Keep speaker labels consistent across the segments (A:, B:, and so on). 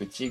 A: 内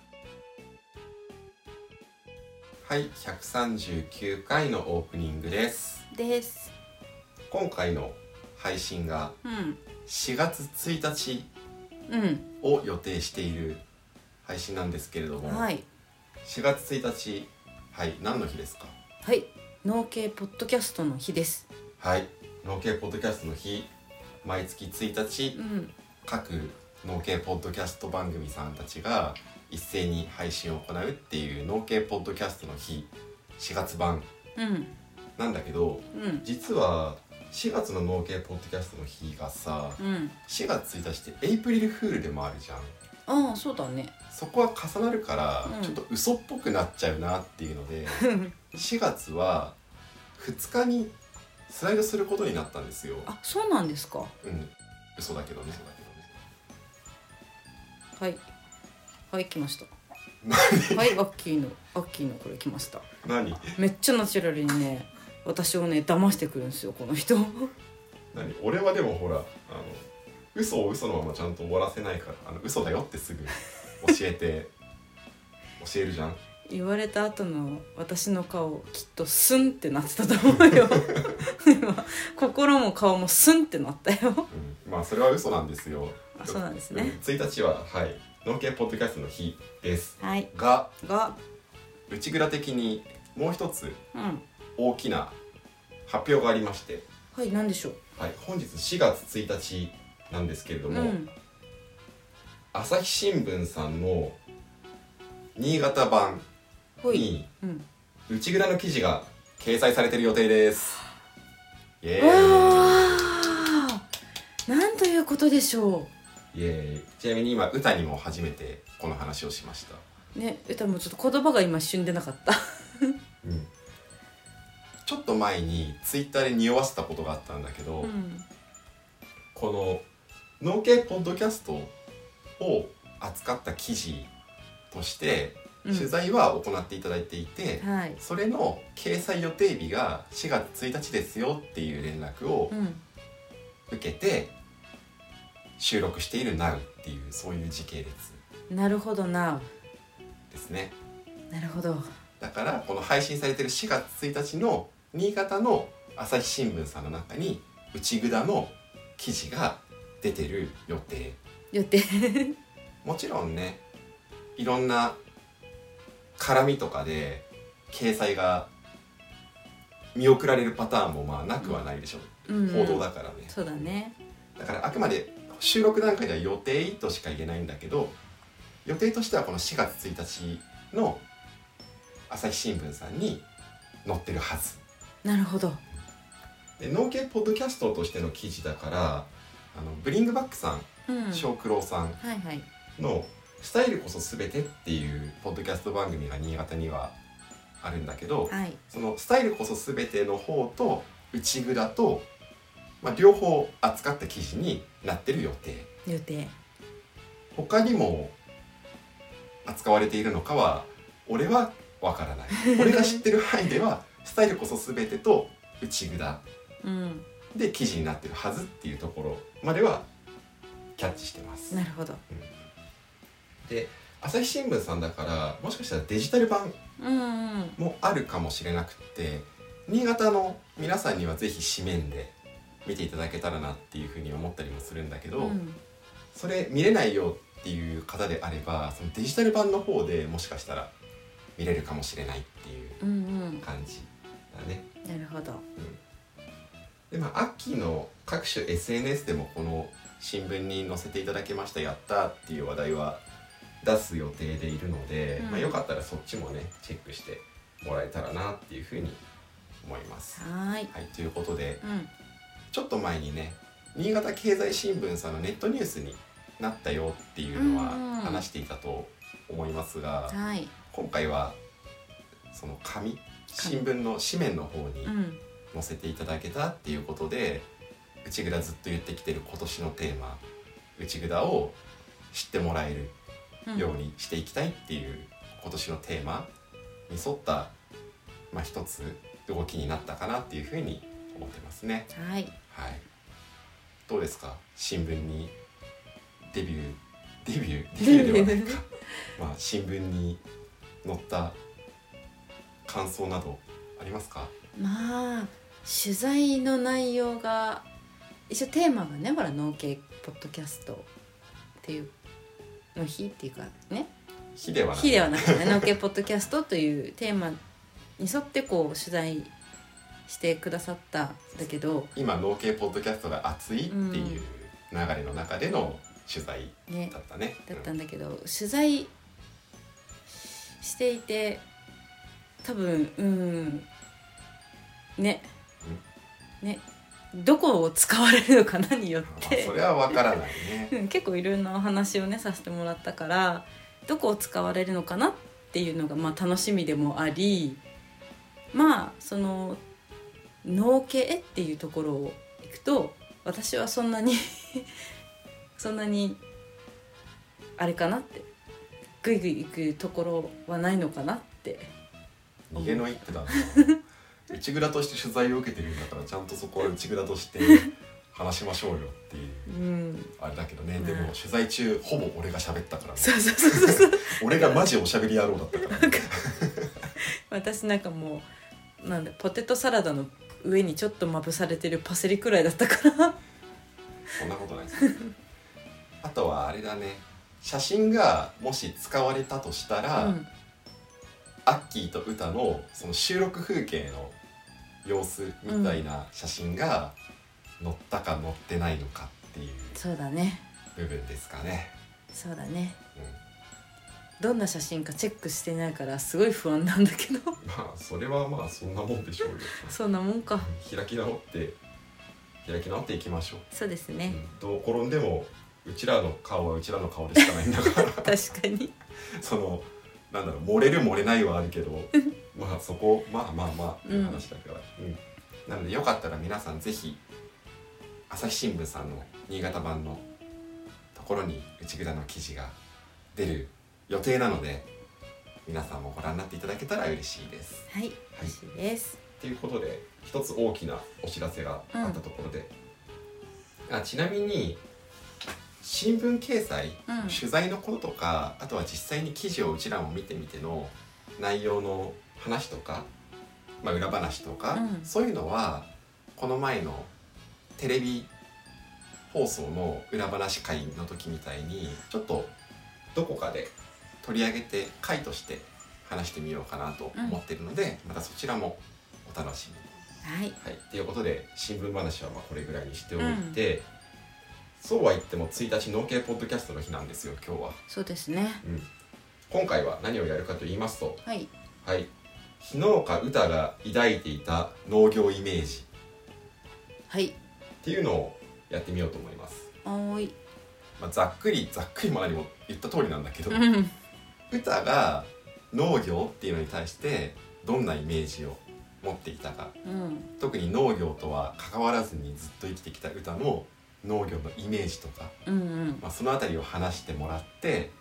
A: はい139回のオープニングです
B: です。
A: 今回の配信が
B: うん。
A: 4月1日
B: うん。
A: を予定している配信なんですけれども
B: はい。
A: 4月1日はい何の日ですか
B: はい。農系ポッドキャストの日です。
A: はい農系ポッドキャストの日毎月1日
B: うん。
A: 各農系ポッドキャスト番組さんたちが一斉に配信を行うっていう農系ポッドキャストの日4月版
B: うん。
A: なんだけど
B: うん。
A: 実は4月の農系ポッドキャストの日がさ
B: うん。
A: 4月1日ってエイプリルフールでもあるじゃん
B: ああ、そうだね。
A: そこは重なるから
B: うん
A: ちょっと嘘っぽくなっちゃうなっていう ので4月は2日にスライドすることになったんですよ
B: あ、そうなんですか。
A: うん嘘だけどね
B: はい。はい、来ました。
A: 何
B: はい、アッキーの、アッキーのこれ来ました。
A: 何
B: めっちゃナチュラルにね、私をね、騙してくるんですよ、この人。
A: 何俺はでもほらあの嘘を嘘のままちゃんと終わらせないからあの嘘だよってすぐ教えて 教えるじゃん
B: 言われた後の私の顔、きっとスンってなってたと思うよ。 今心も顔もスンってなったよ。
A: うん、まあそれは嘘なんですよ。
B: あそうなんですね
A: うん。1日ははい、農系ポッドキャストの日です。
B: はい。
A: が
B: が、
A: 内蔵的にもう一つ
B: うん。
A: 大きな発表がありまして、
B: はい、なんでしょう。
A: はい、本日4月1日なんですけれど
B: う
A: も、
B: ん。
A: 朝日新聞さんの新潟版
B: ほい。
A: に
B: うん。
A: 内蔵の記事が掲載されている予定です。イエ
B: わ
A: ー
B: あ、なんということでしょ
A: イイエーイちなみに今歌にも初めてこの話をしました。
B: う。ね、歌もちょっと言葉が今一瞬出なかった。
A: うんちょっと前にツイッターで匂わせたことがあったんだけど、
B: うん。
A: この農系ポッドキャストを扱った記事として
B: うん
A: 取材は行っていただいていて、
B: はい。
A: それの掲載予定日が4月1日ですよっていう連絡を
B: うん。
A: 受けて収録している NOW っていうそういう時系列
B: なるほどな。
A: ですね
B: なるほど。
A: だからこの配信されてる4月1日の新潟の朝日新聞さんの中に内蔵の記事が出てる予定
B: 予 定。
A: もちろんねいろんな絡みとかで掲載が見送られるパターンもまあなくはないでしょ
B: うん。
A: 報道だからね、
B: そうだね。
A: だからあくまで収録段階では予定としか言えないんだけど予定としてはこの4月1日の朝日新聞さんに載ってるはず
B: なるほど。
A: で農系ポッドキャストとしての記事だからあのブリングバックさん
B: うん。はい
A: 小九郎さん
B: はい。
A: の「スタイルこそ全て」っていうポッドキャスト番組が新潟にはあるんだけど
B: はい。
A: その「スタイルこそ全て」の方と内蔵と、まあ、両方扱った記事になってる予定。
B: 予定。
A: 他にも扱われているのかは俺はわからない俺が知ってる範囲ではスタイルこそ全てと内札
B: うん。
A: で記事になってるはずっていうところまではキャッチしてます
B: なるほど。
A: で朝日新聞さんだからもしかしたらデジタル版
B: うんうん。
A: もあるかもしれなくって新潟の皆さんにはぜひ紙面で見ていただけたらなっていうふうに思ったりもするんだけど、
B: うん。
A: それ見れないよっていう方であればそのデジタル版の方でもしかしたら見れるかもしれないってい
B: う
A: う
B: んうん
A: 感じだね。
B: なるほど
A: でまあ秋の各種 SNS でもこの新聞に載せていただきましたやったっていう話題は出す予定でいるので、
B: うん
A: まあ、よかったらそっちもねチェックしてもらえたらなっていうふうに思います。
B: はーい
A: はい、ということで
B: うん
A: ちょっと前にね新潟経済新聞さんのネットニュースになったよっていうのは
B: うんうん
A: 話していたと思いますが、
B: はい
A: 今回はその紙新聞の紙面の方に
B: うん
A: 載せていただけたっていうことで内蔵ずっと言ってきてる今年のテーマ内蔵を知ってもらえ
B: う
A: るようんにしていきたいっていう今年のテーマに沿った、まあ、一つ動きになったかなっていうふうに思ってますね。
B: はい
A: はい、どうですか新聞にデビューデビューデビューではないかまあ新聞に載った感想などありますか
B: まあ取材の内容が一応テーマがねほら農系ポッドキャストっていうの日っていうかね
A: 日ではない
B: 日ではなくて「農系ポッドキャスト」というテーマに沿ってこう取材してくださったんだけど、
A: 今農系ポッドキャストが熱いっていう流れの中での取材
B: ね、
A: だったね。
B: だったんだけど取材していて多分うんねねどこを使われるのかなによっ
A: まあ
B: て
A: それはわからないね。
B: うん結構いろんなお話をねさせてもらったからどこを使われるのかなっていうのがまあ楽しみでもありまあその農系っていうところをいくと私はそんなに そんなにあれかなってグイグイ行くところはないのかなって
A: 逃げの一手だな内蔵として取材を受けてるんだからちゃんとそこは内蔵として話しましょうよっていう
B: うん
A: あれだけどねでも取材中ほぼ俺が喋ったからね
B: そうそうそうそうそう
A: 俺がマジおしゃべり野郎だったからね
B: 私なんかもうなんだポテトサラダの上にちょっとまぶされてるパセリくらいだったから
A: そんなことないですよあとはあれだね写真がもし使われたとしたら、
B: うん
A: アッキーと歌のその収録風景の様子みたいな写真が載ったか載ってないのかっていう
B: そうだね
A: 部分ですかね、
B: そうだね
A: う
B: どんな写真かチェックしてないからすごい不安なんだけど
A: ん、まあそれはまあそんなもんでしょうよ
B: そんなもんか
A: 開き直って開き直っていきましょう、
B: そうです
A: う
B: ね
A: ん、どう転んでもうちらの顔はうちらの顔でしかないんだから
B: 確かに
A: そのなんだろう漏れる漏れないはあるけどまあそこまあまあまあっていう話だから、うんなのでよかったら皆さんぜひ朝日新聞さんの新潟版のところに内蔵の記事が出る予定なので皆さんもご覧になっていただけたら嬉しいです。
B: はい嬉しいです
A: ということで一つ大きなお知らせがあったところで、あちなみに新聞掲載、
B: うん
A: 取材のこととかあとは実際に記事をうちらも見てみての内容の話とか、まあ、裏話とか、
B: うん
A: そういうのはこの前のテレビ放送の裏話会の時みたいにちょっとどこかで取り上げて回として話してみようかなと思ってるので、またそちらもお楽しみに。
B: はい
A: はい、ということで新聞話はまあこれぐらいにしておいて、そうは言っても1日農系ポッドキャストの日なんですよ今日は、
B: そうですね
A: うん今回は何をやるかと言いますと
B: はい
A: はい日農家歌が抱いていた農業イメージ
B: はい
A: っていうのをやってみようと思います、
B: おーい
A: まあ、ざっくりざっくりも何も言った通りなんだけど、
B: うん
A: 歌が農業っていうのに対してどんなイメージを持っていたか
B: うん
A: 特に農業とは関わらずにずっと生きてきた歌の農業のイメージとか、
B: うんうん
A: まあ、その辺りを話してもらって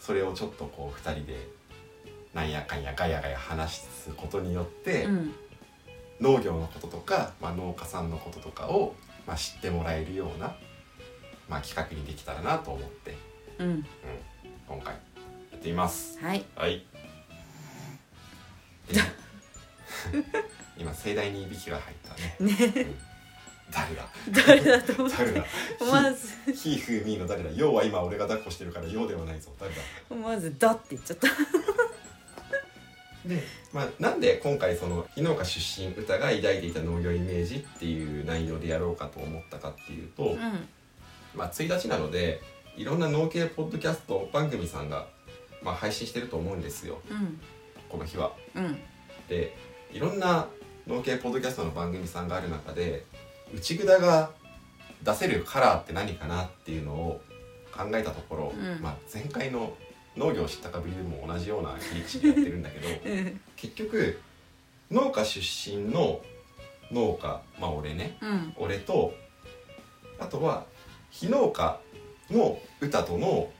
A: それをちょっとこう2人でなんやかんやガヤガヤ話すことによって、
B: うん
A: 農業のこととか、まあ、農家さんのこととかを、まあ、知ってもらえるような、まあ、企画にできたらなと思って
B: うん
A: 今回やってみます。
B: はい
A: はい で今盛大にいびきが入ったね
B: ね
A: うん誰だ
B: 誰だと思っ
A: 誰
B: て
A: だ
B: 思わず
A: ひふみの誰だようは今俺が抱っこしてるからようではないぞ誰だ
B: 思わず「だ」って言っちゃった
A: で、まあ、なんで今回その日農家出身歌が抱いていた農業イメージっていう内容でやろうかと思ったかっていうと、
B: うん
A: まあ、1日なのでいろんな農系ポッドキャスト番組さんが、まあ、配信してると思うんですよ
B: うん
A: この日は。
B: うん
A: でいろんな農系ポッドキャストの番組さんがある中で内札が出せるカラーって何かなっていうのを考えたところ、
B: うん
A: まあ、前回の農業知ったかぶりでも同じような切り口でやってるん だけど
B: うん
A: 結局農家出身の農家まあ俺ね
B: うん
A: 俺とあとは非農家の歌との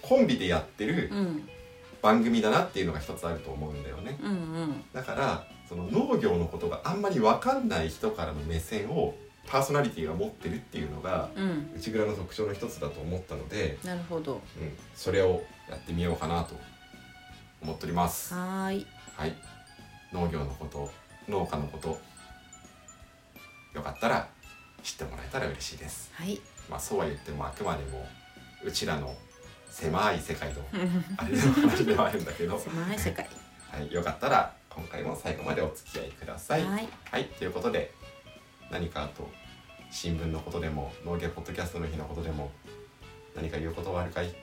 A: コンビでやってる
B: うん
A: 番組だなっていうのが一つあると思うんだよね。
B: うん
A: だからその農業のことがあんまり分かんない人からの目線をパーソナリティが持ってるっていうのが
B: うん
A: 内蔵の特徴の一つだと思ったので、
B: なるほど
A: うん、それをやってみようかなと思っております。
B: はーい
A: はい、農業のこと農家のことよかったら知ってもらえたら嬉しいです。
B: はい
A: まあ、そうは言ってもあくまでもうちらの狭い世界のあれの話ではあるんだけど、
B: 狭い世界
A: はい、よかったら今回も最後までお付き合いください。
B: はい
A: はい、ということで何かあと新聞のことでも農業ポッドキャストの日のことでも何か言うことはあるかい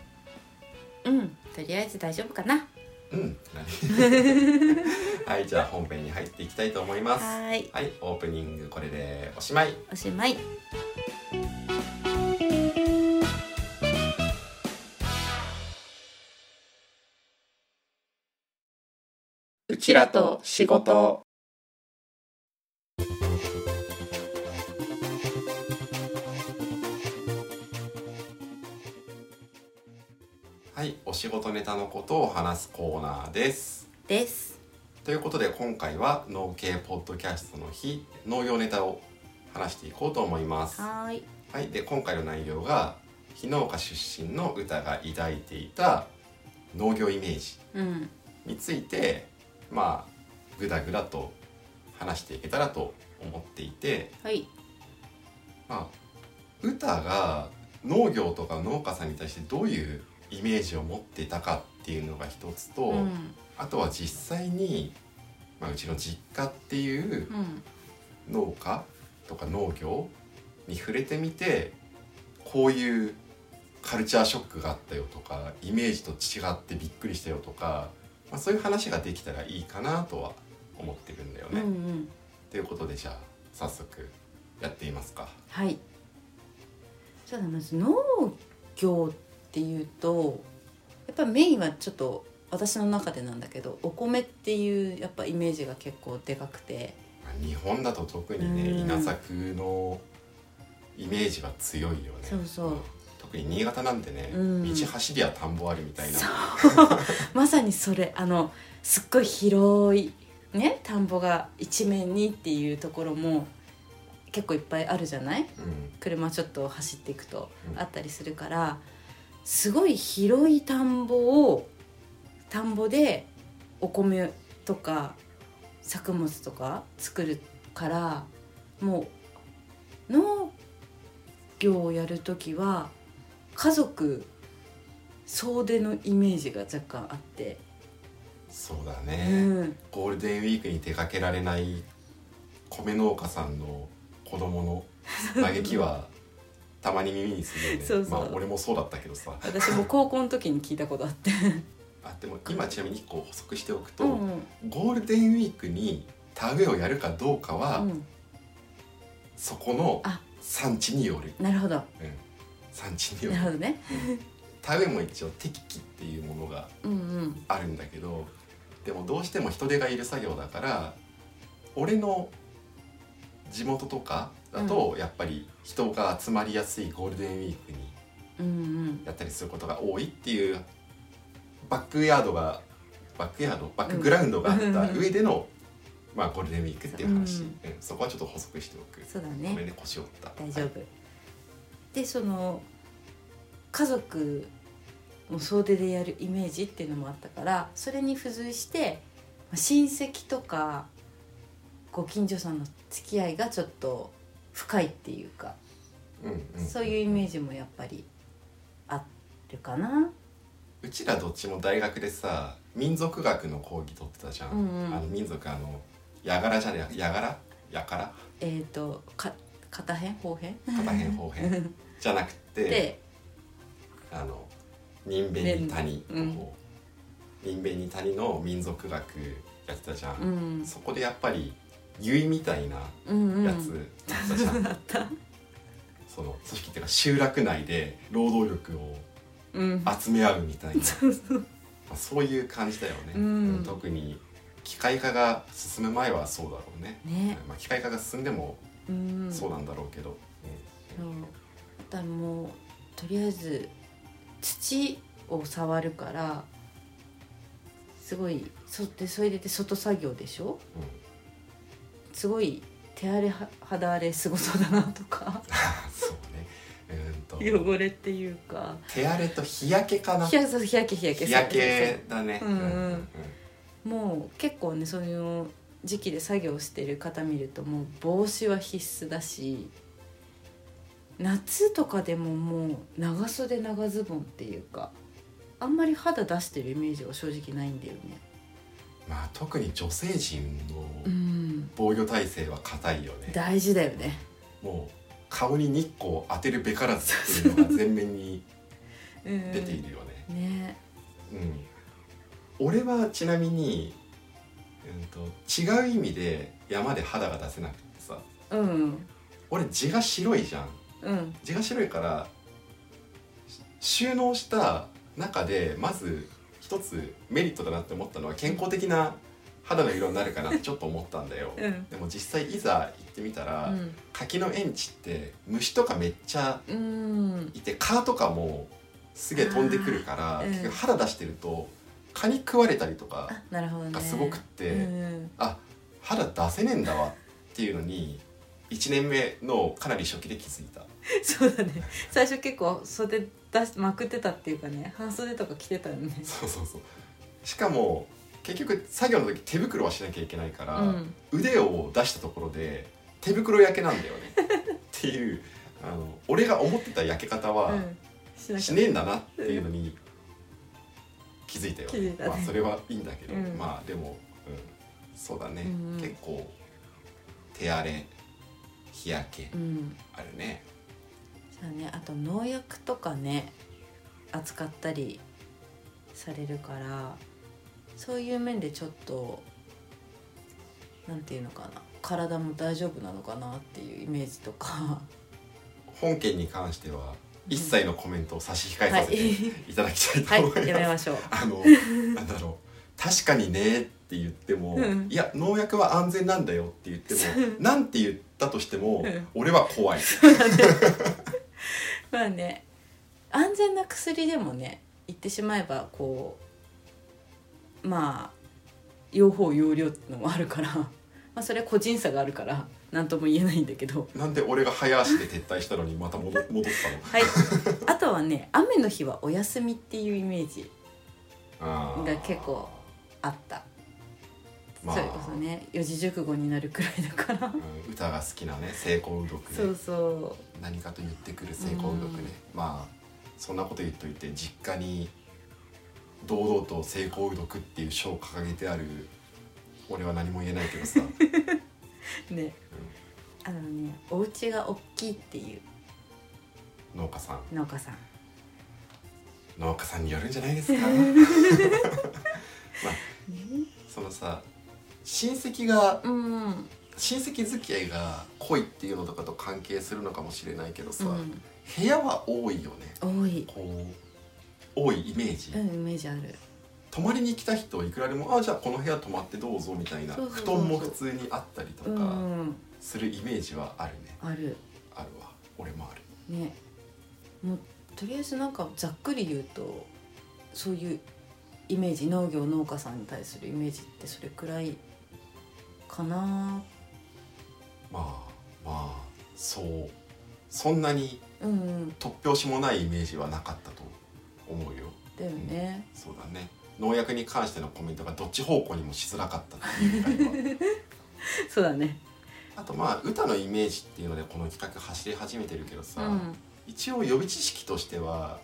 B: うんとりあえず大丈夫かな
A: うん。 はい、じゃあ本編に入っていきたいと思いま
B: は
A: す。
B: ーい
A: はい、オープニングこれでおしまい。
B: おしまい
C: うちらと仕事
A: はい、お仕事ネタのことを話すコーナーです。
B: です
A: ということで今回は農系ポッドキャストの日農業ネタを話していこうと思います。は
B: はーい
A: い、で今回の内容が非農家出身の歌が抱いていた農業イメージ
B: うん
A: についてまあグダグダと話していけたらと思っていて、
B: はい
A: まあ、歌が農業とか農家さんに対してどういうイメージを持っていたかっていうのが一つと、
B: うん
A: あとは実際に、まあ、うちの実家っていう
B: うん
A: 農家とか農業に触れてみてこういうカルチャーショックがあったよとかイメージと違ってびっくりしたよとか、まあ、そういう話ができたらいいかなとは思ってるんだよ
B: うんう
A: ね。
B: ん
A: ということでじゃあ早速やってみますか。
B: はいそうだまず農業っていうとやっぱメインはちょっと私の中でなんだけどお米っていうやっぱイメージが結構でかくて
A: まあ日本だと特にね
B: うん
A: 稲作のイメージは強いよね。
B: そうそうん
A: 特に新潟なんてね、
B: うん
A: 道走りや田んぼあるみたいな
B: そうまさにそれあのすっごい広いね田んぼが一面にっていうところも結構いっぱいあるじゃない
A: うん
B: 車ちょっと走っていくと
A: うん
B: あったりするからすごい広い田んぼを田んぼでお米とか作物とか作るからもう農業をやる時は家族総出のイメージが若干あって、
A: そうだ
B: う
A: ね。
B: ん、
A: ゴールデンウィークに出かけられない米農家さんの子供の嘆きはたまに耳にするよね
B: そうそう
A: まあ俺もそうだったけどさ
B: 私も高校の時に聞いたことあって。
A: あでも今ちなみに1個補足しておくと、
B: うんうん
A: ゴールデンウィークに田植えをやるかどうかは、
B: うん
A: そこの
B: あ
A: 産地による、
B: なるほど
A: うん、産地によ
B: なるほ
A: る
B: どね。
A: 田植えも一応適期っていうものが
B: うんうん
A: あるんだけどでもどうしても人手がいる作業だから俺の地元とかだとやっぱり人が集まりやすいゴールデンウィークに
B: うんうん
A: やったりすることが多いっていうバックヤードがバックヤードバックグラウンドがあった上での、まあ、ゴールデンウィークっていう話、
B: うん
A: うんそこはちょっと補足しておく
B: そうだ
A: ごめん
B: ね
A: ね腰折った
B: 大丈
A: はい
B: 夫、でその家族も総出でやるイメージっていうのもあったからそれに付随してまあ親戚とかご近所さんの付き合いがちょっと深いっていうか、
A: うんうん、
B: そういうイメージもやっぱりあるかな。
A: うちらどっちも大学でさ民族学の講義取ってたじゃん、
B: うんうん
A: あの民族あのやがらじゃねえやがらやから
B: えっ、とか片辺方辺
A: 片辺方辺 じゃなくて
B: で、
A: あの人弁に谷
B: ね
A: の方、人弁に谷の民族学やってたじゃ、
B: うんん、
A: そこでやっぱり結みたいな
B: うんうん
A: やつだったじゃん、 その組織っていうか集落内で労働力を
B: うん、
A: 集め合うみたいなまあそういう感じだよね、
B: うん
A: 特に機械化が進む前はそうだろうね、
B: ね、
A: まあ、機械化が進んでも
B: うん、
A: そうなんだろうけど、
B: そうだからもうとりあえず土を触るからすごいそでそれで外作業でしょ
A: うん うん
B: すごい手荒れは肌荒れすごそうだなとか
A: そうねうんと
B: 汚れっていうか
A: 手荒れと日焼けかな
B: 日焼けそう日焼け日焼け
A: 日焼けだね、
B: うんうんもう結構ねそういう時期で作業してる方見るともう帽子は必須だし夏とかでももう長袖長ズボンっていうかあんまり肌出してるイメージは正直ないんだよね。
A: まあ特に女性陣の
B: うん
A: 防御体制は硬いよね、
B: 大事だよね
A: もう顔に日光を当てるべからずっていうのが前面に出ているよね、
B: うんね
A: うん、俺はちなみに、うん、と違う意味で山で肌が出せなくてさ
B: うん
A: 俺地が白いじゃん
B: うん、
A: 地が白いからし収納した中でまず一つメリットだなって思ったのは健康的な肌の色になるかなってちょっと思ったんだよ
B: うん
A: でも実際いざ行ってみたら、
B: うん
A: 柿の園地って虫とかめっちゃ
B: うん
A: いて蚊とかもすげえ飛んでくるから、
B: あーうん
A: 結局肌出してると蚊に食われたりとか
B: あなるほどね
A: がすごくって、
B: うん
A: あ肌出せねえんだわっていうのに1年目のかなり初期で気づいた
B: そうだね最初結構袖出しまくってたっていうかね半袖とか着てたよね
A: そうそうそうしかも結局作業の時手袋はしなきゃいけないから、
B: うん
A: 腕を出したところで手袋焼けなんだよねっていうあの俺が思ってた焼け方は、
B: うんしなかった
A: しねえんだなっていうのに気づいたよ、
B: 気づいたね
A: まあそれはいいんだけど、
B: うん
A: まあでも、うん、そうだね、
B: うんうん
A: 結構手荒れ日焼け
B: うん
A: あるね、
B: そうねあと農薬とかね扱ったりされるからそういう面でちょっとなんていうのかな体も大丈夫なのかなっていうイメージと か
A: 本件に関しては一切のコメントを差し控えさせていただきたい
B: は
A: と
B: い
A: 思います、
B: やめましょう
A: あのなんだろう確かにねって言っても、
B: うん
A: いや農薬は安全なんだよって言ってもなんて言ったとしても、
B: うん
A: 俺は怖い
B: まあね安全な薬でもね言ってしまえばこうまあ用法用量ってのもあるからまあそれは個人差があるから何とも言えないんだけど
A: なんで俺が早足で撤退したのにまた戻戻ったの
B: はい、あとはね雨の日はお休みっていうイメージ
A: あー
B: が結構あった、
A: まあ
B: それこそね四字熟語になるくらいだから、
A: うん歌が好きなね成功うどく
B: そう
A: ね
B: そ
A: 何かと言ってくる成功うどくねまあそんなこと言っといて実家に堂々と成功うどくっていう書を掲げてある俺は何も言えないけ どさ
B: うねあのねお家が大きいっていう
A: 農家さん
B: 農家さん
A: 農家さんによるんじゃないですか まあそのさ親戚が
B: うん
A: 親戚付き合いが濃いっていうのとかと関係するのかもしれないけどさ、
B: うん
A: 部屋は多いよね
B: 多い
A: こう多いイメージ、
B: うんイメージある
A: 泊まりに来た人いくらでも「あじゃあこの部屋泊まってどうぞ」みたいな
B: そうそうそうそ
A: 布
B: う
A: 団も普通にあったりと
B: う
A: か
B: ん
A: するイメージはあるね
B: ある
A: あるわ俺もある
B: ねもうとりあえずなんかざっくり言うとそういうイメージ農業農家さんに対するイメージってそれくらいかな
A: まあまあそうそんなに
B: うんうん
A: 突拍子もないイメージはなかったと思うよ
B: だよね、
A: そうだね農薬に関してのコメントがどっち方向にもしづらかったっていう以外は
B: そうだね
A: あとまあ歌のイメージっていうのでこの企画走り始めてるけどさ、
B: うん
A: 一応予備知識としては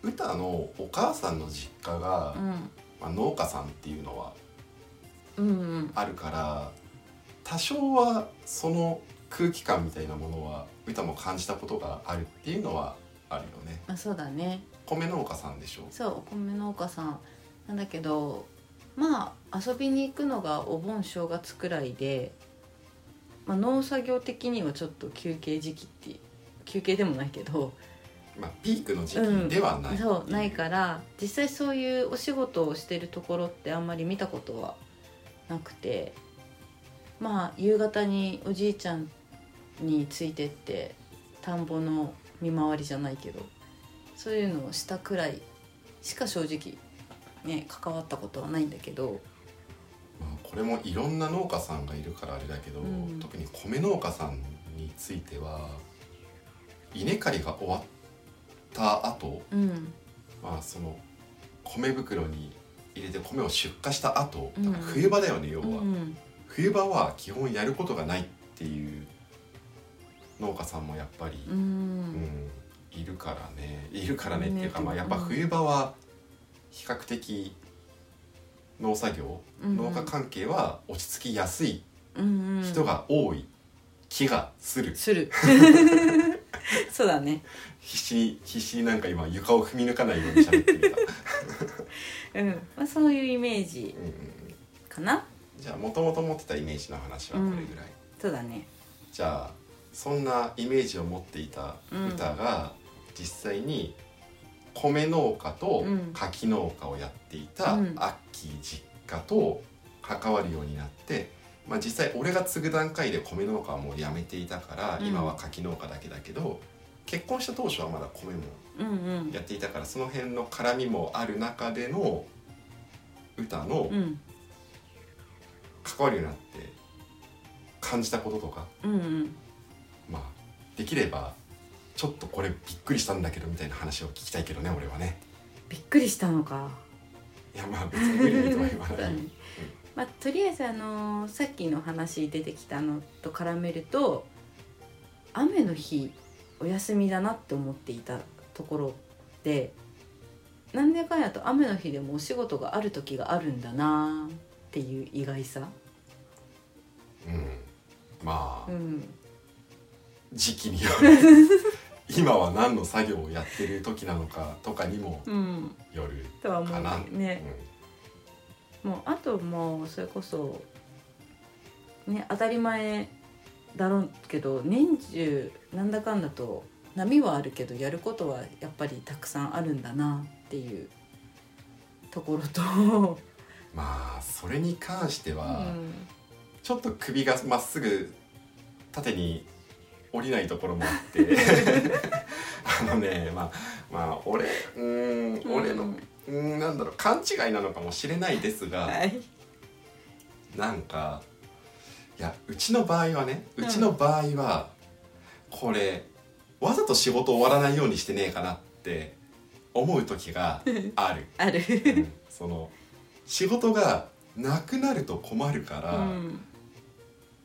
A: 歌のお母さんの実家が、
B: うん
A: まあ、農家さんっていうのは
B: うん
A: あるから多少はその空気感みたいなものは歌も感じたことがあるっていうのはあるよね
B: あそうだね
A: 米農家さんでしょ
B: そうお米農家さんなんだけどまあ遊びに行くのがお盆正月くらいで、まあ、農作業的にはちょっと休憩時期って休憩でもないけど
A: まあピークの時期ではない、
B: そうないから実際そういうお仕事をしてるところってあんまり見たことはなくてまあ夕方におじいちゃんについてって田んぼの見回りじゃないけどそういうのをしたくらいしか正直ね関わったことはないんだけど
A: まあ、これもいろんな農家さんがいるからあれだけど、
B: うん
A: 特に米農家さんについては稲刈りが終わった後、
B: うん
A: まあその米袋に入れて米を出荷した後
B: うん
A: だから冬場だよね、
B: う
A: 要は、
B: ん
A: 冬場は基本やることがないっていう農家さんもやっぱり、
B: う
A: うんんいるからねいるからねっていうか、
B: ね
A: まあ、やっぱ
B: うん
A: 冬場は比較的農作業、
B: うん
A: 農家関係は落ち着きやすい
B: うんうん
A: 人が多い気がする、
B: す るそうだね
A: 必死に必死になんか今床を踏み抜かないように喋ってみた、
B: うん、まあ、そういうイメージ
A: うんうんうん、
B: かな
A: じゃあもともと持ってたイメージの話はこれぐらい、
B: そうだね
A: じゃあそんなイメージを持っていた歌が実際に米農家と
B: うん
A: 柿農家をやっていたア
B: うん
A: ッキー実家と関わるようになって、まあ、実際俺が継ぐ段階で米農家はもう辞めていたから、
B: うん
A: 今は柿農家だけだけど結婚した当初はまだ米も
B: うんうん
A: やっていたからその辺の絡みもある中での歌の
B: うん
A: 関わるようになって感じたこととか
B: うんうん
A: まあできればちょっとこれびっくりしたんだけどみたいな話を聞きたいけどね俺はね
B: びっくりしたのか、
A: いやまあ別に無理にとは言わ
B: そう
A: な
B: だ
A: い
B: ねまあ、とりあえずあのーさっきの話出てきたのと絡めると雨の日お休みだなって思っていたところでなんでかんやと雨の日でもお仕事がある時があるんだなっていう意外さ、
A: うんまあ、
B: うん、
A: 時期による 今は何の作業をやってる時なのかとかにも
B: うん、
A: よる
B: とは思
A: か
B: う
A: な、
B: ね。もうあともうそれこそね当たり前だろうけど年中なんだかんだと波はあるけどやることはやっぱりたくさんあるんだなっていうところと、
A: うんまあそれに関して
B: う
A: は、
B: ん、
A: ちょっと首がまっすぐ縦に降りないところもあって あのねまあまあ俺うーん俺の、
B: うん
A: うーんなんだろう勘違いなのかもしれないですが、
B: はい、
A: なんかいやうちの場合はねうちの場合は、これわざと仕事終わらないようにしてねえかなって思う 時がある
B: ある、
A: うんその仕事がなくなると困るか
B: う
A: ら、
B: ん、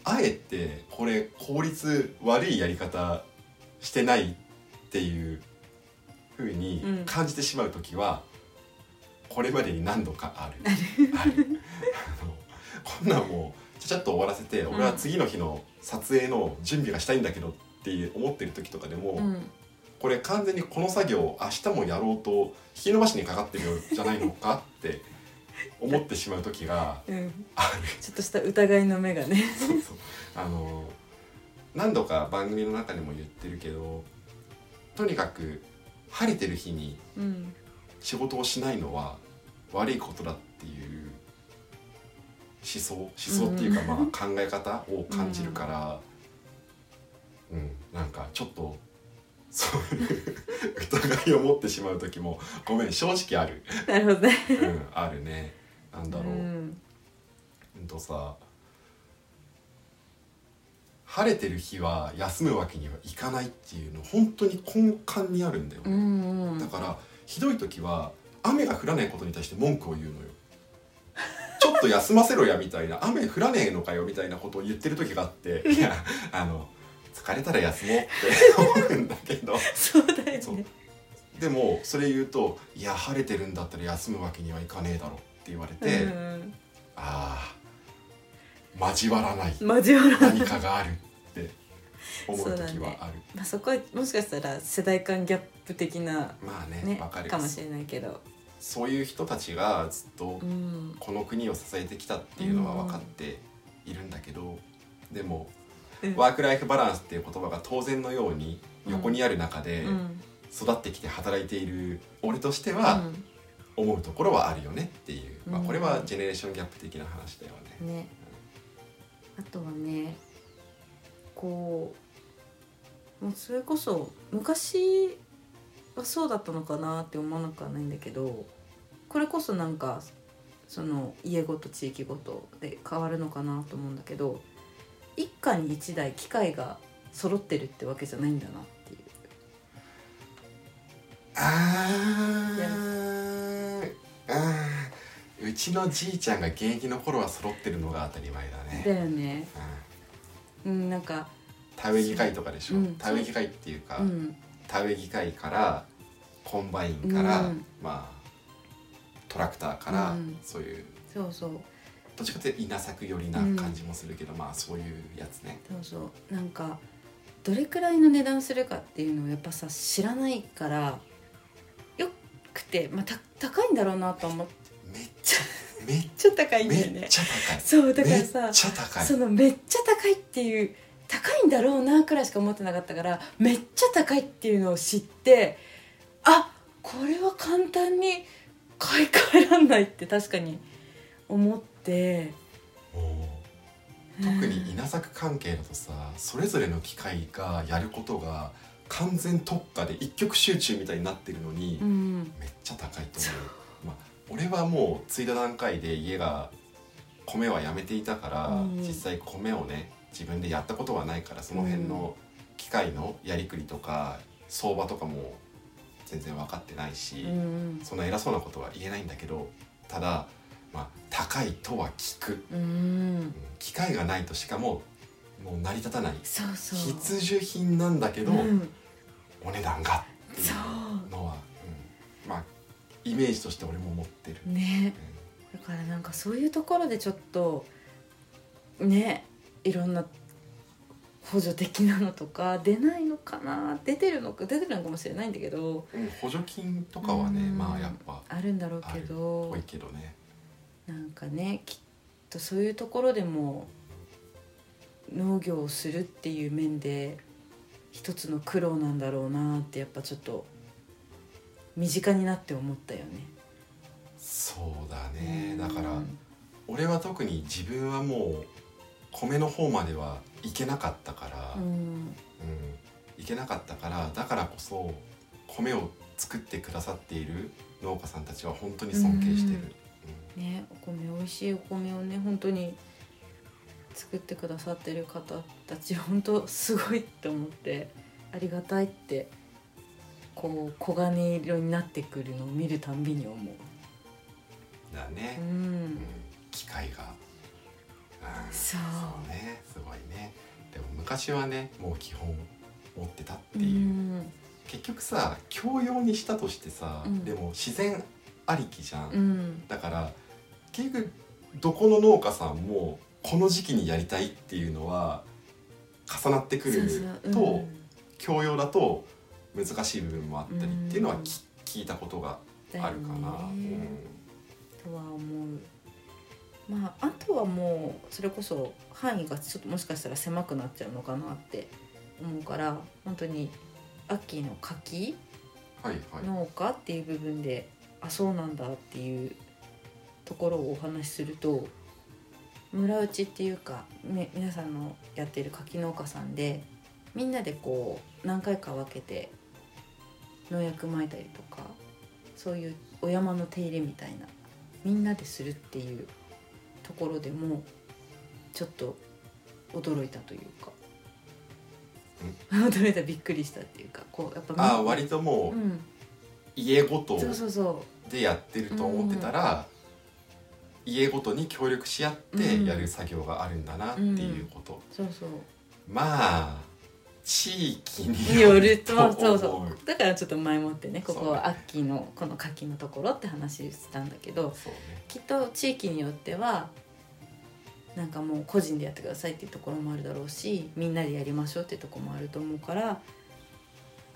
A: あえてこれ効率悪いやり方してないっていう風に
B: うん
A: 感じてしまう時は、これまでに何度かある。あるあのこんなんもうちゃちゃっと終わらせて、俺は次の日の撮影の準備がしたいんだけどって思ってる時とかでも、
B: うん、
A: これ完全にこの作業を明日もやろうと引き延ばしにかかってるよじゃないのかって思ってしまう時が
B: うん、
A: ある。
B: ちょっとした疑いの目がね、
A: そうそうあの何度か番組の中でも言ってるけどとにかく晴れてる日に
B: うん、
A: 仕事をしないのは悪いことだっていう思想思想っていうか
B: うん
A: まあ考え方を感じるから、うんなんかちょっとそういう 疑いを持ってしまう時もごめん正直ある、
B: なるほどね、
A: うん、あるねなんだ
B: う
A: ろう、
B: ん、
A: うんとさ晴れてる日は休むわけにはいかないっていうの本当に根幹にあるんだよ、
B: うん、
A: だからひどい時は雨が降らないことに対して文句を言うのよちょっと休ませろやみたいな雨降らねえのかよみたいなことを言ってる時があっていやあの疲れたら休もうって思うんだけど
B: そうだよ
A: そう
B: ね
A: でもそれ言うと「いや晴れてるんだったら休むわけにはいかねえだろ」って言われて
B: う
A: 「
B: ん
A: ああ交わらない
B: 交わらない
A: 何かがある」って思う時はある、
B: まあそこはもしかしたら世代間ギャップ的な
A: まあ
B: ね
A: ねわかる
B: かもしれないけど
A: そういう人たちがずっと
B: うん
A: この国を支えてきたっていうのは分かっているんだけど、でも、
B: うん
A: ワーク・ライフ・バランスっていう言葉が当然のように横にある中で
B: うん
A: 育ってきて働いている俺としては思うところはあるよねっていう、まあ、
B: うん
A: これはジェネレーションギャップ的な話だよ
B: うん
A: ね。
B: ねあとはねこうもうそれこそ昔はそうだったのかなって思わなくはないんだけどこれこそなんかその家ごと地域ごとで変わるのかなと思うんだけど一家に一台機械が揃ってるってわけじゃないんだなっていう。
A: あーあーうちのじいちゃんが現役の頃は揃ってるのが当たり前だね。
B: だよね。
A: うん
B: うんなんか
A: 田植え議会とかでしょ、
B: うん
A: 田植え議会っていうか、
B: うん
A: 田植え機械からコンバインから、
B: うん
A: まあトラクターから、
B: うん
A: そういう
B: そうそう
A: どっちかというと稲作寄りな感じもするけど、まあそういうやつね。
B: そうそうなんかどれくらいの値段するかっていうのをやっぱさ知らないからよくて、まあ、た高いんだろうなと思っ
A: めっちゃめっ
B: ちゃ高いんだよ
A: めっ
B: ね
A: ちゃ
B: そう
A: 高
B: だ
A: い。
B: か
A: め
B: らさ
A: っちゃ高い。
B: そのめっちゃ高いっていう高いんだろうなくらいしか思ってなかったからめっちゃ高いっていうのを知ってあこれは簡単に買い替えらんないって確かに思って
A: もう特に稲作関係だとさそれぞれの機械がやることが完全特化で一極集中みたいになってるのに、
B: うん
A: めっちゃ高いと思う、まあ、俺はもう継いだ段階で家が米はやめていたから、
B: うん
A: 実際米をね自分でやったことはないからその辺の機械のやりくりとか相場とかも全然分かってないし、
B: うん
A: そんな偉そうなことは言えないんだけどただ、まあ、高いとは聞く、
B: うん
A: うん機械がないとしかももう成り立たない
B: そうそう
A: 必需品なんだけど、
B: うん
A: お値段がってい
B: そう
A: のは、うんまあイメージとして俺も持ってる、
B: うね
A: うん
B: だからなんかそういうところでちょっとねいろんな補助的なのとか出ないのかな出てるのか出てるのかもしれないんだけど
A: うん補助金とかはね、
B: うん
A: まあやっぱ
B: あるんだろう
A: あ
B: け
A: るっ
B: ど
A: ぽいけどね
B: なんかねきっとそういうところでも農業をするっていう面で一つの苦労なんだろうなってやっぱちょっと身近になって思ったよね。
A: そうだねだから
B: うん
A: 俺は特に自分はもう米の方まではいけなかったから、
B: う
A: うん
B: ん
A: いけなかったからだからこそ米を作ってくださっている農家さんたちは本当に尊敬してる、
B: うんねお米美味しいお米をね本当に作ってくださってる方たち本当すごいって思ってありがたいってこう黄金色になってくるのを見るたんびに思う。
A: うんだね
B: う、
A: うん
B: ん、
A: 機械が、うん
B: そう
A: そうねすごいねでも昔はねもう基本持ってたって
B: う
A: いう、
B: ん
A: 結局さ教養にしたとしてさ、
B: うん
A: でも自然ありきじゃん、
B: うん
A: だから結局どこの農家さんもこの時期にやりたいっていうのは重なってくる
B: そうそううん
A: と教養だと難しい部分もあったりっていうのは
B: うん
A: き聞いたことが
B: だよね
A: あるかな。
B: とは思うまああとはもうそれこそ範囲がちょっともしかしたら狭くなっちゃうのかなって思うから本当に秋の柿
A: うんはいはい、
B: 農家っていう部分であそうなんだっていうところをお話しすると村内っていうかみ皆さんのやってる柿農家さんでみんなでこう何回か分けて農薬撒いたりとかそういうお山の手入れみたいなみんなでするっていうところでもちょっと驚いたというか 驚いたびっくりしたっていうかこうやっぱみん
A: ああ割とも
B: う
A: うん家ごと
B: そうそうそ
A: でやってると思ってたら、家ごとに協力し合ってやる作業があるんだなっていうこと、
B: そうそう
A: まあ地域に
B: よると
A: 思
B: そうそうだからちょっと前もってねここはアッキーのこの柿のところって話したんだけど
A: そうね
B: きっと地域によってはなんかもう個人でやってくださいっていうところもあるだろうしみんなでやりましょうっていうところもあると思うから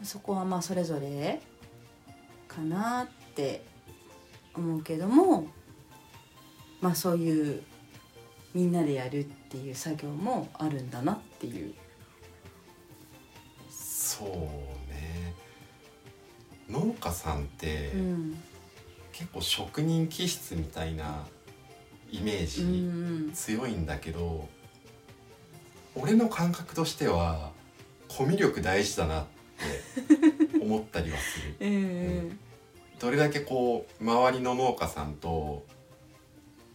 B: そこはまあそれぞれかなって思うけどもまあそういうみんなでやるっていう作業もあるんだなっていう。
A: そうね農家さんって、
B: うん
A: 結構職人気質みたいなイメー
B: う
A: ジ
B: ん
A: 強いんだけど、俺の感覚としてはコミュ力大事だなって思ったりはする。
B: うんうん
A: どれだけこう周りの農家さんと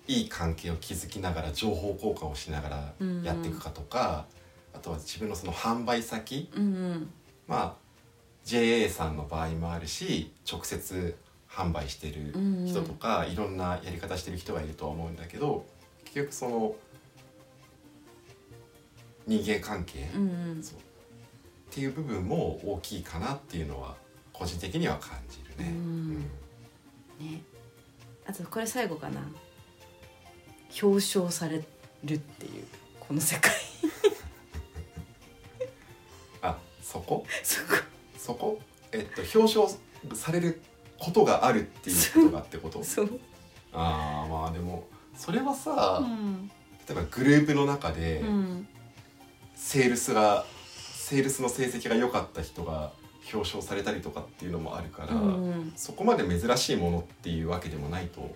A: いい関係を築きながら情報交換をしながらやっていくかとか、あとは自分のその販売先
B: うん
A: まあ JA さんの場合もあるし直接販売してる人とか、いろんなやり方してる人がいるとは思うんだけど結局その人間関係、
B: うんうん
A: そうっていう部分も大きいかなっていうのは個人的には感じるね。
B: うん
A: うん
B: ねあとこれ最後かな表彰されるっていうこの世界
A: あそこ
B: そこ
A: そこえっと表彰されることがあるっていうことがってこと
B: そう、
A: ああまあでもそれはさ、
B: ん
A: 例えばグループの中で、
B: うん、
A: セールスがセールスの成績が良かった人が表彰されたりとかっていうのもあるから、
B: うん、
A: そこまで珍しいものっていうわけでもないと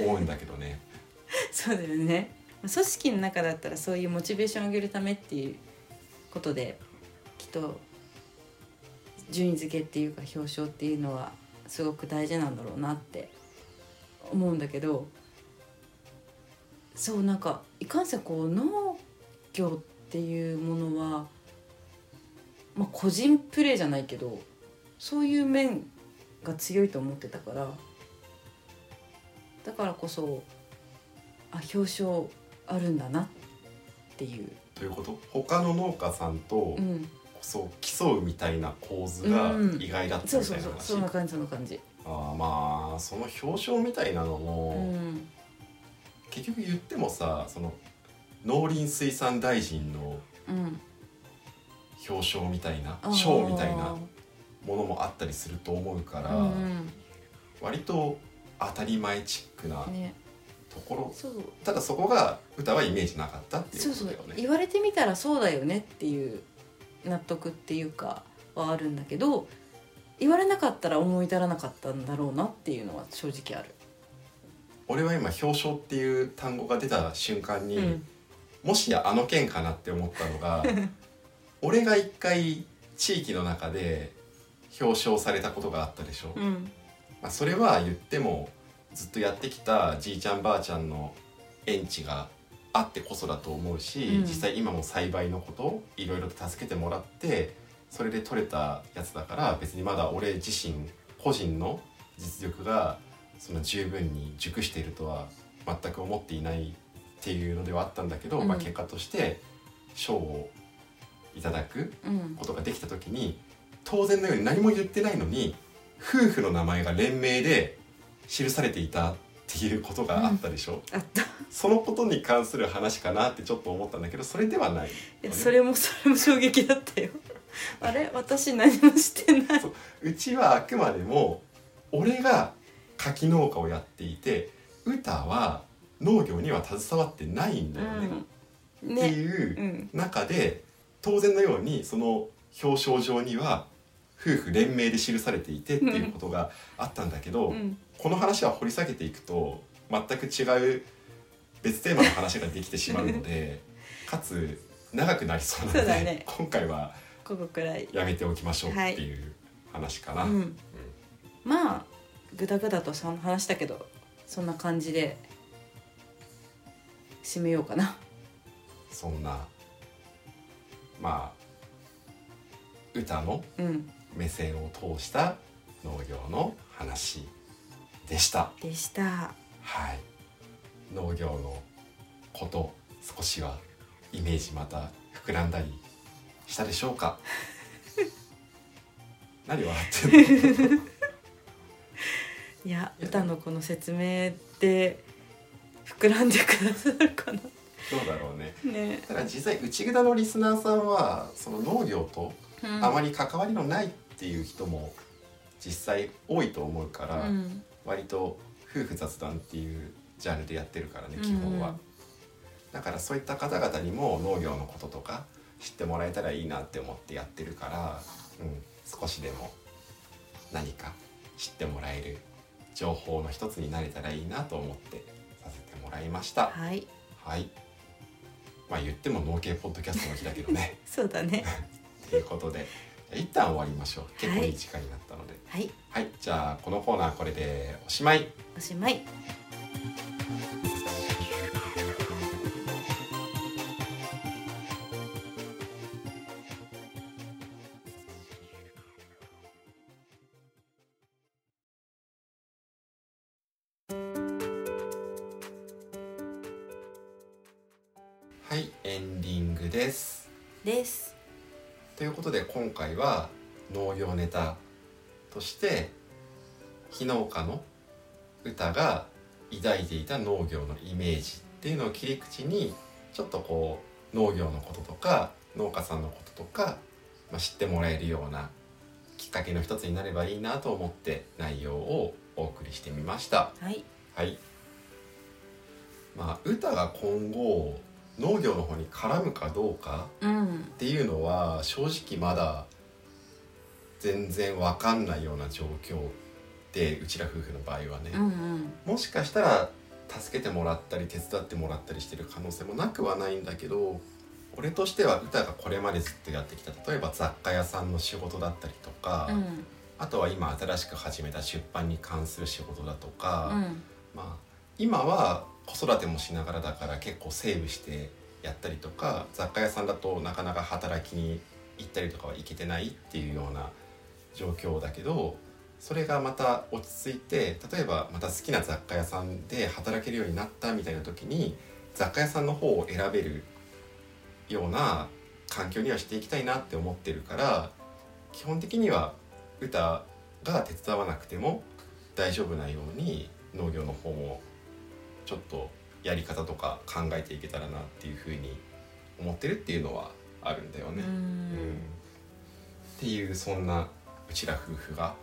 A: 思うんだけどね。
B: そうだよね組織の中だったらそういうモチベーションを上げるためっていうことできっと順位付けっていうか表彰っていうのはすごく大事なんだろうなって思うんだけどそうなんかいかんせんこう農業っていうものは、まあ、個人プレーじゃないけどそういう面が強いと思ってたからだからこそあ表彰あるんだなっていう。
A: ということ他の農家さんと、
B: うん
A: そう競うみたいな構図が
B: うん
A: 意外だった
B: そう
A: み
B: そ
A: た
B: う
A: いな
B: そう
A: 話、
B: そんな感じそんな感じ
A: あーまあその表彰みたいなの
B: う
A: も、
B: ん
A: 結局言ってもさその農林水産大臣の
B: うん
A: 表彰みたいな
B: あー
A: 賞みたいなものもあったりすると思うから、
B: うん
A: 割と当たり前チックな
B: うんね
A: ところ、
B: そう
A: ただそこが歌はイメージなかったっていう
B: そう
A: こと
B: そう
A: だよね。
B: 言われてみたらそうだよねっていう納得っていうかはあるんだけど言われなかったら思い至らなかったんだろうなっていうのは正直ある
A: 俺は今表彰っていう単語が出た瞬間に、
B: うん
A: もしやあの件かなって思ったの が俺が一回地域の中で表彰されたことがあったでしょ、
B: うん
A: まあ、それは言ってもずっとやってきたじいちゃんばあちゃんの園地があってこそだと思うし、
B: うん
A: 実際今も栽培のこといろいろと助けてもらってそれで取れたやつだから別にまだ俺自身個人の実力がその十分に熟しているとは全く思っていないっていうのではあったんだけど、
B: うん
A: まあ、結果として賞をいただく
B: うん
A: ことができた時に当然のように何も言ってないのに夫婦の名前が連名で記されていたっていうことがあったでしょ、
B: あったい
A: そのことに関する話かなってちょっと思ったんだけどそれではない、
B: やそれもそれも衝撃だったよあれ私何もしてないう
A: ちはあくまでも俺が柿農家をやっていて歌は農業には携わってないんだよね、
B: うん
A: って
B: ね
A: いう、
B: うん
A: 中で当然のようにその表彰状には夫婦連名で記されていてっていうことがあったんだけど、
B: うん
A: この話は掘り下げていくと全く違う別テーマの話ができてしまう のでかつ長くなりそうなので
B: そうだね
A: 今回は
B: ここくらい
A: やめておきましょうっていう話かな。
B: うんまあグダグダとその話だけどそんな感じで締めようかな
A: そんなまあ歌の
B: うん
A: 目線を通した農業の話でした。
B: でした
A: はい。農業のこと少しはイメージまた膨らんだりしたでしょ うか何笑ってんの
B: いや歌のこの説明で膨らんでくださるかな
A: どうだろうね
B: ね
A: ただ実際内札のリスナーさんはその農業とあまり関わりのないっていう人も実際多いと思うから、
B: うん
A: 割と夫婦雑談っていうジャンルでやってるからね
B: うん
A: 基本は、だからそういった方々にも農業のこととか知ってもらえたらいいなって思ってやってるから、うん、少しでも何か知ってもらえる情報の一つになれたらいいなと思ってさせてもらいました
B: はい
A: はいまあ言っても農系ポッドキャストの日だけど ね
B: そうだね
A: ということでじゃあ一旦終わりましょう結構いい時間になったので
B: はい
A: はい、じゃあこのコーナーこれでおしまい
B: おしまい
A: はいエンディングです
B: です
A: ということで今回は農業ネタとして日農家の歌が抱いていた農業のイメージっていうのを切り口にちょっとこう農業のこととか農家さんのこととか、まあ、知ってもらえるようなきっかけの一つになればいいなと思って内容をお送りしてみました。
B: はい
A: はい。まあ、歌が今後農業の方に絡むかどうか
B: うん
A: っていうのは正直まだ全然わかんないような状況でうちら夫婦の場合はね、
B: うんうん
A: もしかしたら助けてもらったり手伝ってもらったりしてる可能性もなくはないんだけど俺としては歌がこれまでずっとやってきた例えば雑貨屋さんの仕事だったりとか、
B: うん
A: あとは今新しく始めた出版に関する仕事だと
B: う
A: か、
B: ん
A: まあ、今は子育てもしながらだから結構セーブしてやったりとか雑貨屋さんだとなかなか働きに行ったりとかは行けてないっていうような状況だけどそれがまた落ち着いて例えばまた好きな雑貨屋さんで働けるようになったみたいな時に雑貨屋さんの方を選べるような環境にはしていきたいなって思ってるから基本的には歌が手伝わなくても大丈夫なように農業の方もちょっとやり方とか考えていけたらなっていうふうに思ってるっていうのはあるんだよ
B: う
A: ね。うんっ
B: ん
A: ていうそんなうちら夫婦が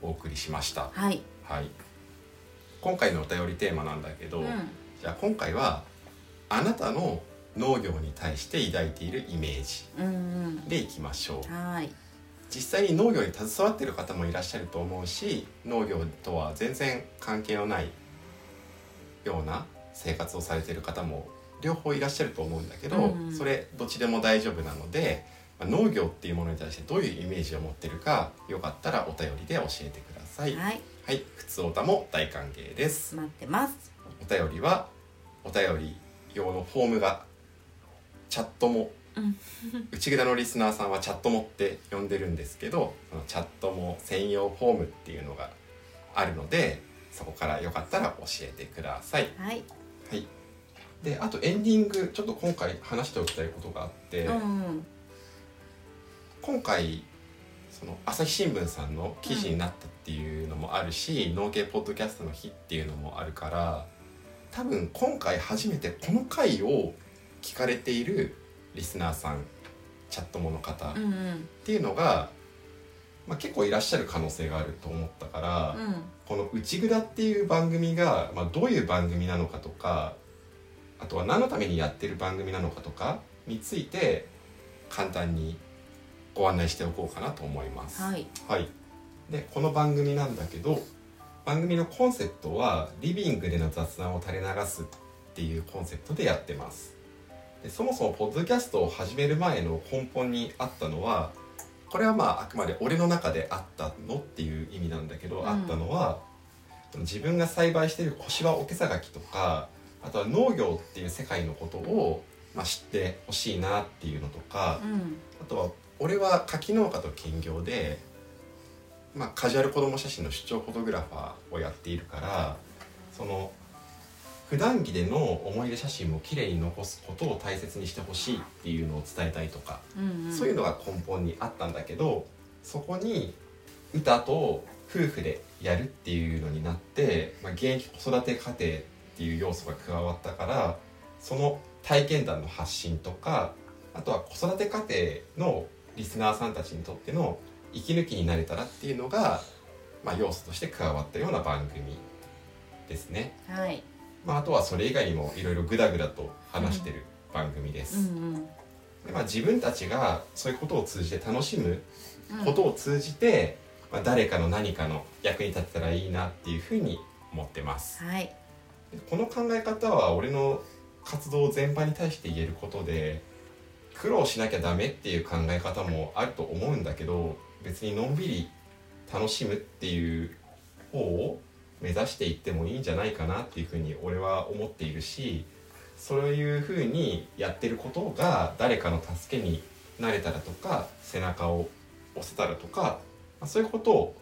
A: お送りしました。
B: はい
A: はい、今回のお便りテーマなんだけど、
B: うん
A: じゃあ今回はあなたの農業に対して抱いているイメージ
B: うん
A: でいきましょう
B: うんはい
A: 実際に農業に携わっている方もいらっしゃると思うし農業とは全然関係のないような生活をされている方も両方いらっしゃると思うんだけど、
B: うん
A: それどっちでも大丈夫なのでまあ農業っていうものに対してどういうイメージを持ってるかよかったらお便りで教えてください。はい、
B: はい
A: 普通おたも大歓迎です。
B: 待ってます
A: お便りはお便り用のフォームがチャットも
B: うん
A: 内札のリスナーさんはチャットもって呼んでるんですけどそのチャットも専用フォームっていうのがあるのでそこからよかったら教えてください。
B: はい
A: はい、であとエンディングちょっと今回話しておきたいことがあって、
B: うん
A: 今回その朝日新聞さんの記事になったっていうのもあるし、農系ポッドキャストの日っていうのもあるから多分今回初めてこの回を聞かれているリスナーさんチャットもの方っ
B: うんうん
A: ていうのが、まあ、結構いらっしゃる可能性があると思ったから、
B: うん
A: この「内蔵」っていう番組が、まあ、どういう番組なのかとかあとは何のためにやってる番組なのかとかについて簡単にご案内しておこうかなと思います。
B: はい
A: はい、でこの番組なんだけど番組のコンセプトは「リビングでの雑談を垂れ流す」っていうコンセプトでやってますでそもそもポッドキャストを始める前の根本にあったのはこれはまああくまで俺の中であったのっていう意味なんだけど、
B: ん
A: あったのは自分が栽培してる小シワオケサガキとかあとは農業っていう世界のことを、まあ、知ってほしいなっていうのとか、
B: うん
A: あとは俺は柿農家と兼業で、まあ、カジュアル子ども写真の出張フォトグラファーをやっているからその普段着での思い出写真も綺麗に残すことを大切にしてほしいっていうのを伝えたいとか、
B: うんうん、
A: そういうのが根本にあったんだけどそこに歌と夫婦でやるっていうのになって、まあ、現役子育て家庭っていう要素が加わったからその体験談の発信とかあとは子育て家庭のリスナーさんたちにとっての息抜きになれたらっていうのが、まあ、要素として加わったような番組ですね。
B: はい、
A: まあ、あとはそれ以外にもいろいろグダグダと話してる番組です。
B: うんうん
A: でまあ、自分たちがそういうことを通じて楽しむ
B: うん、
A: ことを通じて、まあ、誰かの何かの役に立てたらいいなっていうふうに思ってます。
B: はい、
A: この考え方は俺の活動全般に対して言えることで苦労しなきゃダメっていう考え方もあると思うんだけど別にのんびり楽しむっていう方を目指していってもいいんじゃないかなっていうふうに俺は思っているしそういうふうにやってることが誰かの助けになれたらとか背中を押せたらとかまあそういうことを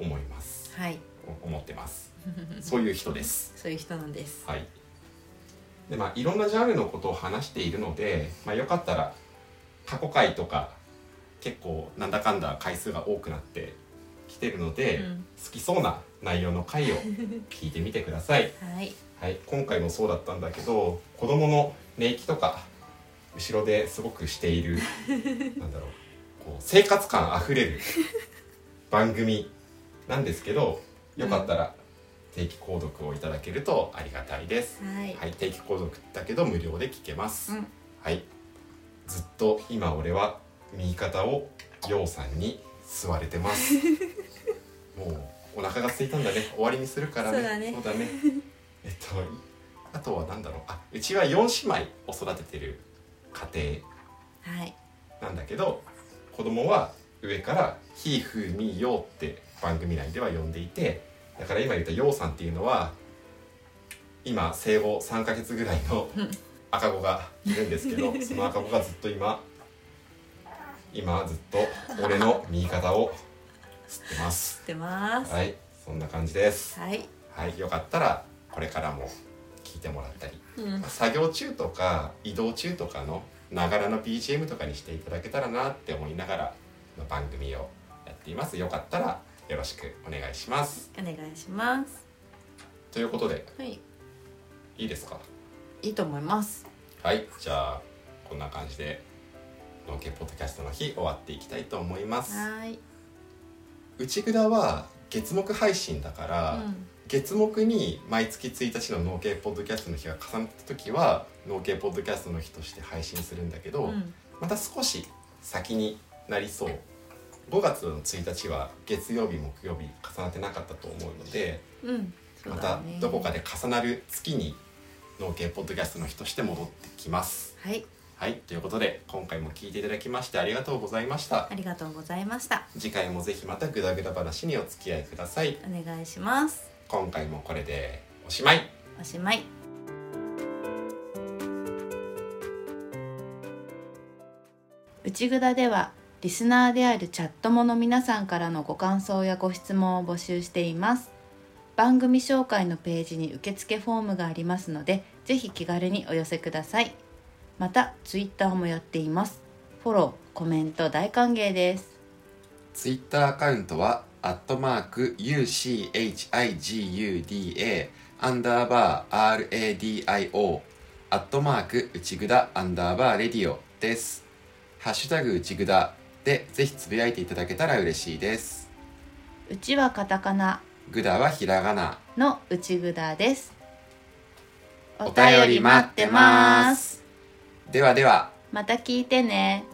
A: 思います
B: はい、
A: 思ってますそういう人です
B: そういう人なんです。
A: はいでまあ、いろんなジャンルのことを話しているので、まあ、よかったら過去回とか結構なんだかんだ回数が多くなってきてるので、
B: うん
A: 好きそうな内容の回を聞いてみてください、
B: はい、
A: はい、今回もそうだったんだけど子どもの寝息とか後ろですごくして いるなんだろうこう生活感あふれる番組なんですけどよかったら定期購読をいただけるとありがたいです。
B: はい、
A: はい、定期購読だけど無料で聞けます、
B: うん
A: はいずっと今俺は右肩をようさんに吸われてます もうお腹が空いたんだね終わりにするからね
B: そうだね
A: そうだねえっとあとは何だろうあうちは4姉妹を育ててる家
B: はい、
A: 庭なんだけど子供は上から「ひーふーみーよー」って番組内では呼んでいてだから今言ったようさんっていうのは今生後3ヶ月ぐらいの赤子がいるんですけどその赤子がずっと今今ずっと俺の右肩を吸ってます
B: 知ってます。
A: はいそんな感じです
B: はい、
A: はいよかったらこれからも聞いてもらったり
B: うん
A: まあ、作業中とか移動中とかのながらの BGM とかにしていただけたらなって思いながらの番組をやっていますよかったらよろしくお願いします
B: お願いします。
A: ということで
B: はい、
A: いいですか
B: いいと思います。
A: はいじゃあこんな感じで「農家ポッドキャストの日」終わっていきたいと思います
B: はい、
A: 内蔵は月目配信だから、
B: うん、
A: 月目に毎月1日の農家ポッドキャストの日が重なった時は農家ポッドキャストの日として配信するんだけど、
B: うん、
A: また少し先になりそう5月の1日は月曜日木曜日重なってなかったと思うので
B: うん、そう
A: ま
B: だ
A: た
B: ね
A: どこか。で重なる月に農系ポッドキャストの日として戻ってきます
B: はい、
A: はいということで今回も聞いていただきましてありがとうございました
B: ありがとうございました。
A: 次回もぜひまたグダグダ話にお付き合いください
B: お願いします。
A: 今回もこれでおしまい
B: おしまい。
C: 内ぐだではリスナーであるチャットもの皆さんからのご感想やご質問を募集しています番組紹介のページに受付フォームがありますのでぜひ気軽にお寄せくださいまたツイッターもやっていますフォローコメント大歓迎です
D: ツイッターアカウントは、アットマーク UCHIGUDA アンダーバー RADIO アットマーク内ぐだアンダーバーレディオです。ハッシュタグ内ぐだでぜひつぶやいていただけたら嬉しいです。
C: うちはカタカナ
D: ぐだはひらがな。
C: の内ぐだです
D: お便り待ってます。ではでは。
C: また聞いてね